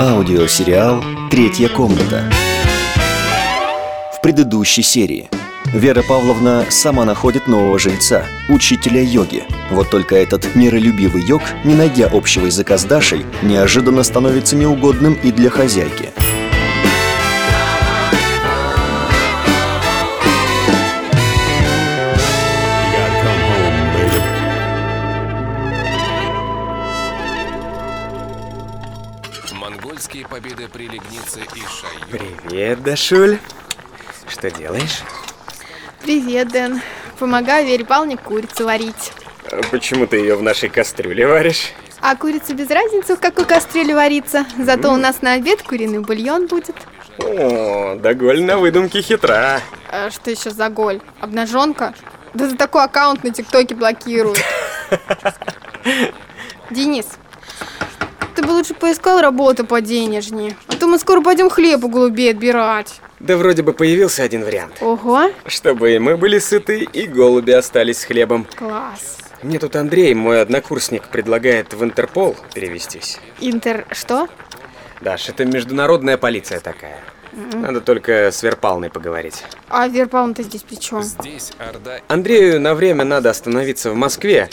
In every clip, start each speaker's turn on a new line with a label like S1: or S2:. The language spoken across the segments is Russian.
S1: Аудиосериал «Третья комната». В предыдущей серии Вера Павловна сама находит нового жильца, учителя йоги. Вот только этот миролюбивый йог, не найдя общего языка с Дашей, неожиданно становится неугодным и для хозяйки.
S2: You gotta come home, baby.
S3: Монгольские победы при Легнице и Шайю.
S4: Привет, Дашуль. Что делаешь?
S5: Привет, Дэн. Помогаю Вере Павловне курицу варить.
S4: А Почему ты ее в нашей кастрюле варишь?
S5: А курица без разницы, в какой кастрюле варится. Зато у нас на обед куриный бульон будет.
S4: О, Доголь на выдумке хитра.
S5: А что еще за голь? Обнаженка? Да за такой аккаунт на ТикТоке блокируют. Денис, ты бы лучше поискал работу поденежнее. А то мы скоро пойдем хлеб у голубей отбирать.
S4: Да вроде бы появился один вариант.
S5: Ого,
S4: Чтобы и мы были сыты, и голуби остались с хлебом.
S5: класс.
S4: Мне тут Андрей, мой однокурсник, предлагает в Интерпол перевестись.
S5: Интер... что?
S4: Даш, это международная полиция такая. Надо только с Верпалной поговорить.
S5: А Вера Павловна-то здесь при чем?
S3: Здесь Орда
S4: Андрею на время надо остановиться в Москве,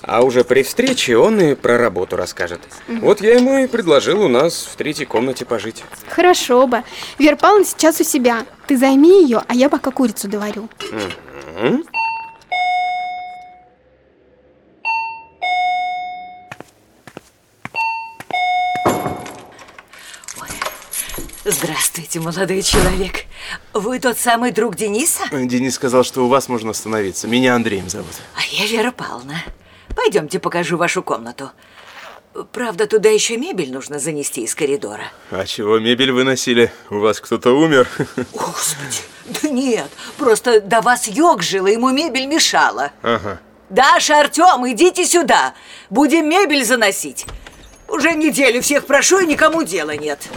S4: а уже при встрече он и про работу расскажет. Вот я ему и предложил у нас в третьей комнате пожить.
S5: Хорошо бы. Вера Павловна сейчас у себя. Ты займи ее, а я пока курицу доварю.
S6: Здравствуйте, молодой человек. Вы тот самый друг Дениса?
S7: Денис сказал, что у вас можно остановиться. Меня Андреем зовут.
S6: А я Вера Павловна. Пойдемте покажу вашу комнату. Правда, туда еще мебель нужно занести из коридора.
S7: А чего мебель выносили? У вас кто-то умер?
S6: О, Господи, да нет, просто до вас йог жил, и ему мебель мешала.
S7: Ага.
S6: Даша, Артем, идите сюда. Будем мебель заносить. Уже неделю всех прошу, и никому дела нет.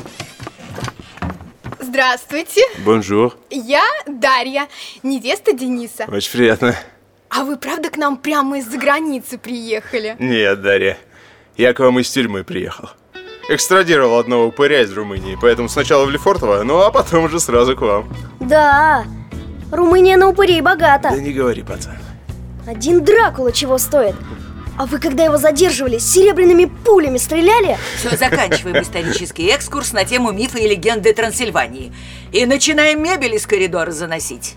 S5: Здравствуйте,
S7: Бонжур.
S5: я Дарья, невеста Дениса.
S7: Очень приятно.
S5: А вы правда к нам прямо из-за границы приехали?
S7: Нет, Дарья. Я к вам из тюрьмы приехал. Экстрадировал одного упыря из Румынии, поэтому сначала в Лефортово, ну а потом уже сразу к вам.
S8: Да, Румыния на упырей богата.
S7: Да не говори, пацан.
S8: Один Дракула чего стоит. А вы, когда его задерживали, серебряными пулями стреляли?
S6: Все, заканчиваем исторический экскурс на тему мифы и легенды Трансильвании. И начинаем мебель из коридора заносить.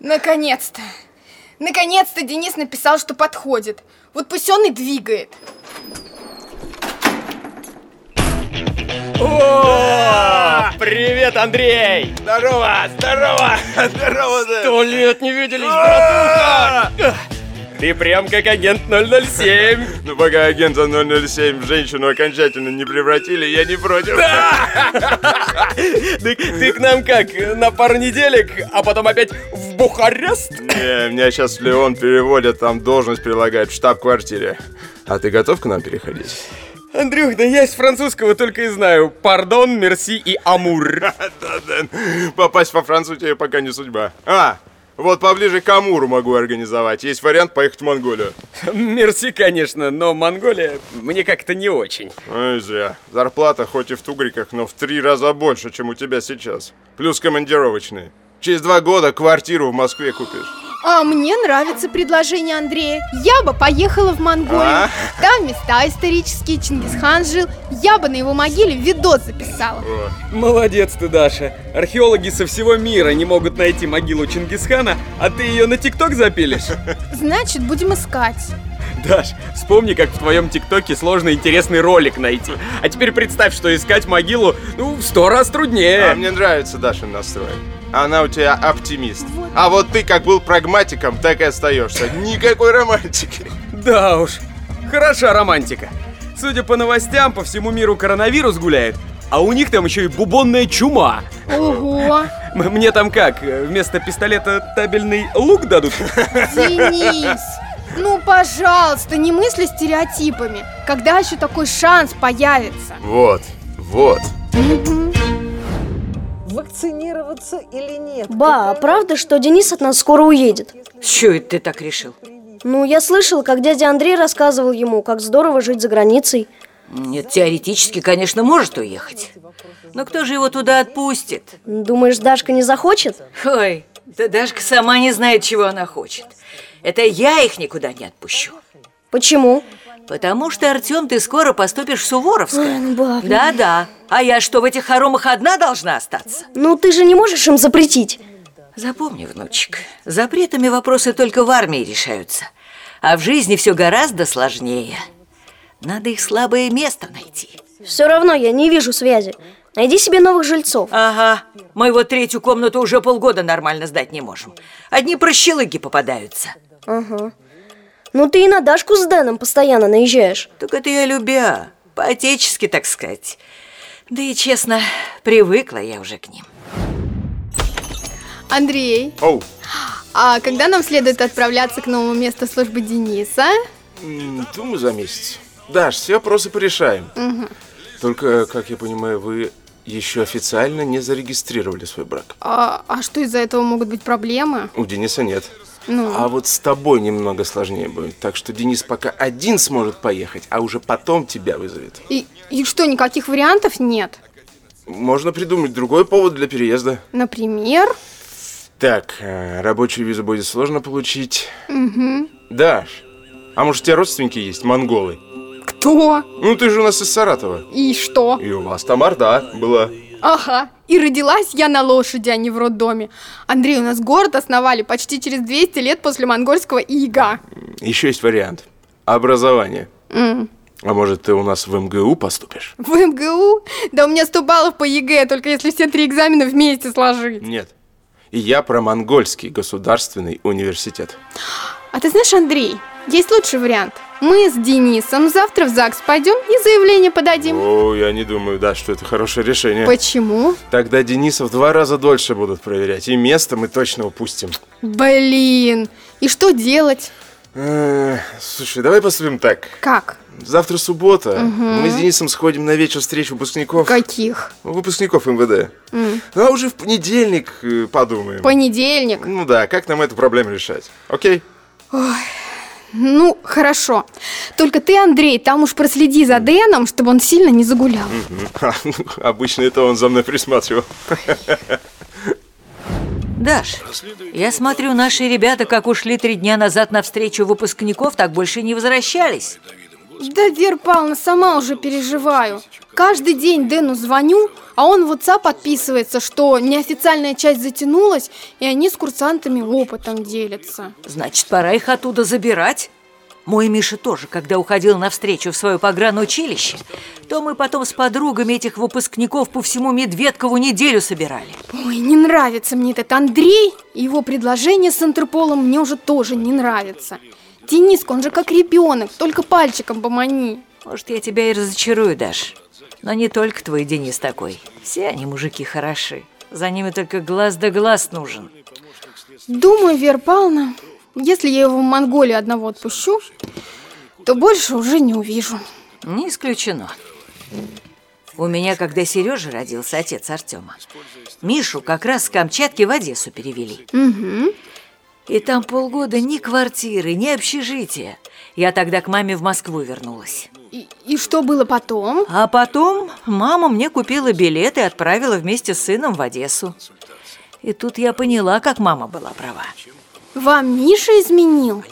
S5: Наконец-то! Наконец-то Денис написал, что подходит. Вот пусть он и двигает.
S4: Привет, Андрей!
S7: Здорово, здорово, здорово, да.
S4: Сто лет не виделись, братуха! Ты прям как агент 007.
S7: Ну пока агента 007 в женщину окончательно не превратили, я не против.
S4: Ты, ты к нам как, на пару неделек, а потом опять в Бухарест?
S7: Не, меня сейчас в Леон переводят, там должность прилагают в штаб-квартире. А ты готов к нам переходить?
S4: Андрюх, да я из французского только и знаю. Пардон, мерси и амур.
S7: Да, Дэн, попасть во Францию тебе пока не судьба. А, вот поближе к Амуру могу организовать. Есть вариант поехать в Монголию.
S4: Мерси, конечно, но Монголия мне как-то не очень.
S7: Ой, зря. Зарплата хоть и в тугриках, но в три раза больше, чем у тебя сейчас. Плюс командировочные. Через два года квартиру в Москве купишь.
S5: А мне нравится предложение Андрея. Я бы поехала в Монголию.
S7: А?
S5: Там места исторические, Чингисхан жил. Я бы на его могиле видос записала.
S4: Молодец ты, Даша. Археологи со всего мира не могут найти могилу Чингисхана, а ты ее на ТикТок запилишь?
S5: Значит, будем искать.
S4: Даш, вспомни, как в твоем ТикТоке сложно интересный ролик найти. А теперь представь, что искать могилу, ну, в сто раз труднее.
S7: А мне нравится Дашин настрой. Она у тебя оптимист. А вот ты как был прагматиком, так и остаешься. Никакой романтики.
S4: Да уж, хороша романтика. Судя по новостям, по всему миру коронавирус гуляет, а у них там еще и бубонная чума.
S5: Ого,
S4: М- Мне там как, э, вместо пистолета табельный лук дадут?
S5: Денис! Ну, пожалуйста, не мысли стереотипами. Когда еще такой шанс появится?
S7: Вот, вот.
S6: Вот
S9: вакцинироваться или нет.
S8: Ба, а правда, что Денис от нас скоро уедет?
S6: С чего это ты так решил?
S8: Ну, я слышала, как дядя Андрей рассказывал ему, как здорово жить за границей.
S6: Нет, теоретически, конечно, может уехать. Но кто же его туда отпустит?
S8: Думаешь, Дашка не захочет?
S6: Ой, да Дашка сама не знает, чего она хочет. Это я их никуда не отпущу.
S8: Почему?
S6: Потому что, Артем, ты скоро поступишь в Суворовское.
S8: Ой, ну, баб, ну.
S6: Да-да. А я что, в этих хоромах одна должна остаться?
S8: Ну, ты же не можешь им запретить.
S6: Запомни, внучек, запретами вопросы только в армии решаются. А в жизни все гораздо сложнее. Надо их слабое место найти.
S8: Все равно я не вижу связи. Найди себе новых жильцов.
S6: Ага, мы вот третью комнату уже полгода нормально сдать не можем. Одни прощелыги попадаются.
S8: Ну, ты и на Дашку с Дэном постоянно наезжаешь.
S6: Так это я любя, по-отечески, так сказать. Да и честно, привыкла я уже к ним.
S5: Андрей,
S7: Оу,
S5: а когда нам следует отправляться к новому месту службы Дениса?
S7: м, думаю, за месяц. Даш, все вопросы порешаем. Только, как я понимаю, вы еще официально не зарегистрировали свой брак.
S5: А, а что из-за этого могут быть проблемы?
S7: У Дениса нет.
S5: Ну.
S7: А вот с тобой немного сложнее будет. Так что Денис пока один сможет поехать, а уже потом тебя вызовет.
S5: И, и что, никаких вариантов нет?
S7: Можно придумать другой повод для переезда.
S5: Например?
S7: Так, э, рабочую визу будет сложно получить. Даш, а может у тебя родственники есть, монголы?
S5: Кто?
S7: Ну ты же у нас из Саратова.
S5: И что?
S7: И у вас там Орда была.
S5: Ага, и родилась я на лошади, а не в роддоме. Андрей, у нас город основали почти через 200 лет после монгольского ига.
S7: Еще есть вариант. Образование. А может ты у нас в МГУ поступишь?
S5: В МГУ? Да у меня 100 баллов по ЕГЭ, только если все три экзамена вместе сложить.
S7: Нет. И я про монгольский государственный университет.
S5: А ты знаешь, Андрей, есть лучший вариант. Мы с Денисом завтра в ЗАГС пойдем и заявление подадим.
S7: О, я не думаю, да, что это хорошее решение.
S5: Почему?
S7: Тогда Дениса в два раза дольше будут проверять. И место мы точно упустим.
S5: Блин, и что делать?
S7: Э, Слушай, давай поступим так.
S5: Как?
S7: Завтра суббота. Мы с Денисом сходим на вечер встреч выпускников.
S5: Каких?
S7: Выпускников МВД. Ну а уже в понедельник э, подумаем.
S5: Понедельник.
S7: Ну да, как нам эту проблему решать? Окей?
S5: Ну, хорошо. Только ты, Андрей, там уж проследи за Дэном, чтобы он сильно не загулял.
S7: Ха, ну, Обычно это он за мной присматривал.
S6: Даш, я смотрю, наши ребята, как ушли три дня назад на встречу выпускников, так больше не возвращались.
S5: Да, Вера Павловна, сама уже переживаю. Каждый день Дэну звоню, а он в WhatsApp подписывается, что неофициальная часть затянулась, и они с курсантами опытом делятся.
S6: Значит, пора их оттуда забирать. Мой Миша тоже, когда уходил на встречу в свое погранучилище, то мы потом с подругами этих выпускников по всему Медведкову неделю собирали.
S5: Ой, не нравится мне этот Андрей, и его предложение с Интерполом мне уже тоже не нравится. Дениска, он же как ребенок, только пальчиком помани.
S6: Может, я тебя и разочарую, Даш. Но не только твой Денис такой. Все они, мужики, хороши. За ними только глаз да глаз нужен.
S5: Думаю, Вера Павловна, если я его в Монголию одного отпущу, то больше уже не увижу.
S6: Не исключено. У меня, когда Сережа родился, отец Артема, Мишу как раз с Камчатки в Одессу перевели. И там полгода ни квартиры, ни общежития. Я тогда к маме в Москву вернулась.
S5: И, и что было потом?
S6: А потом мама мне купила билет и отправила вместе с сыном в Одессу. И тут я поняла, как мама была права.
S5: Вам Миша изменил?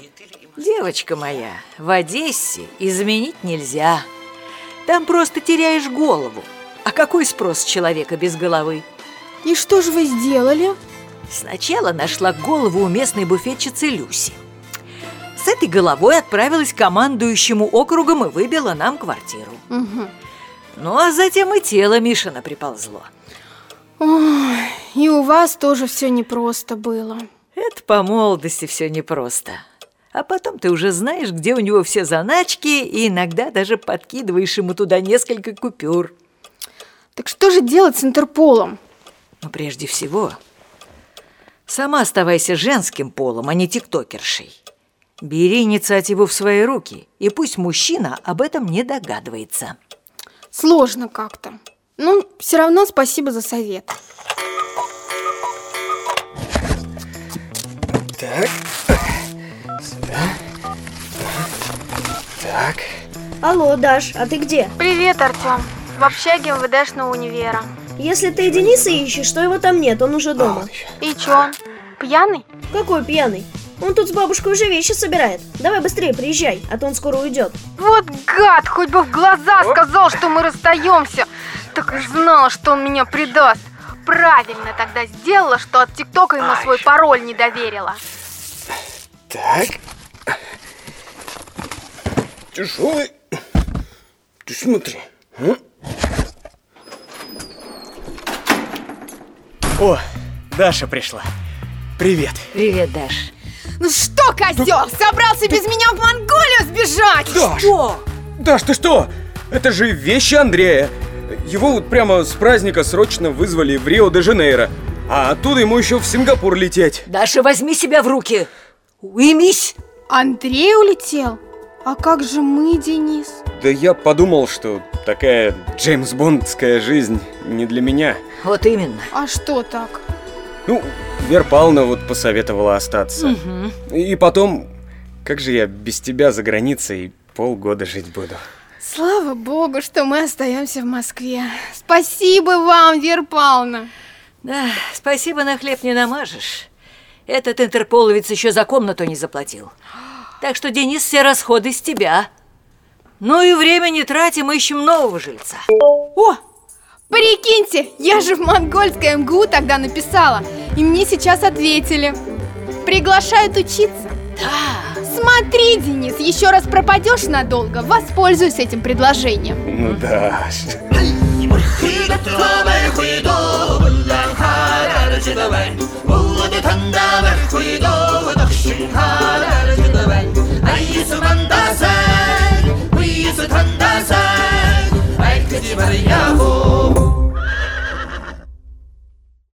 S6: Девочка моя, в Одессе изменить нельзя. Там просто теряешь голову. А какой спрос с человека без головы?
S5: И что же вы сделали?
S6: Сначала нашла голову у местной буфетчицы Люси. С этой головой отправилась к командующему округом и выбила нам квартиру. Ну, а затем и тело Мишина приползло.
S5: И у вас тоже все непросто было.
S6: Это по молодости все непросто. А потом ты уже знаешь, где у него все заначки, и иногда даже подкидываешь ему туда несколько купюр.
S5: Так что же делать с Интерполом?
S6: Но прежде всего, сама оставайся женским полом, а не тиктокершей. Бери инициативу в свои руки, и пусть мужчина об этом не догадывается.
S5: Сложно как-то. Ну, все равно спасибо за совет.
S10: Так. Сюда. Так.
S8: Алло, Даш, а ты где?
S5: Привет, Артем. В общаге МВДшного универа.
S8: Если ты Дениса ищешь, то его там нет, он уже дома.
S5: И че он? Пьяный?
S8: Какой пьяный? Он тут с бабушкой уже вещи собирает. Давай быстрее приезжай, а то он скоро уйдет.
S5: Вот гад, хоть бы в глаза сказал, что мы расстаемся. Так и знала, что он меня предаст. Правильно тогда сделала, что от ТикТока ему свой пароль не доверила.
S10: Так.
S4: Тяжелый. Ты смотри. м?
S10: О, Даша пришла. Привет.
S6: Привет, Даш.
S5: Ну что, козел, собрался без меня в Монголию сбежать?
S4: Даш!
S6: Что?
S4: Даш, ты что? Это же вещи Андрея. Его вот прямо с праздника срочно вызвали в Рио-де-Жанейро. А оттуда ему еще в Сингапур лететь.
S6: Даша, возьми себя в руки. Уймись.
S5: Андрей улетел? А как же мы, Денис?
S4: Да я подумал, что такая Джеймс Бондская жизнь не для меня.
S6: Вот именно.
S5: А что так?
S4: Ну, Вера Павловна вот посоветовала остаться. И потом, как же я без тебя за границей полгода жить буду.
S5: Слава богу, что мы остаемся в Москве. Спасибо вам, Вера Павловна.
S6: Да, спасибо, на хлеб не намажешь. Этот интерполовец еще за комнату не заплатил. Так что, Денис, все расходы с тебя. Ну и время не тратим, ищем нового жильца.
S5: О, прикиньте, я же в монгольское МГУ тогда написала, и мне сейчас ответили. Приглашают учиться. Смотри, Денис, еще раз пропадешь надолго, воспользуюсь этим предложением.
S4: Ну, Даш...
S11: Ай,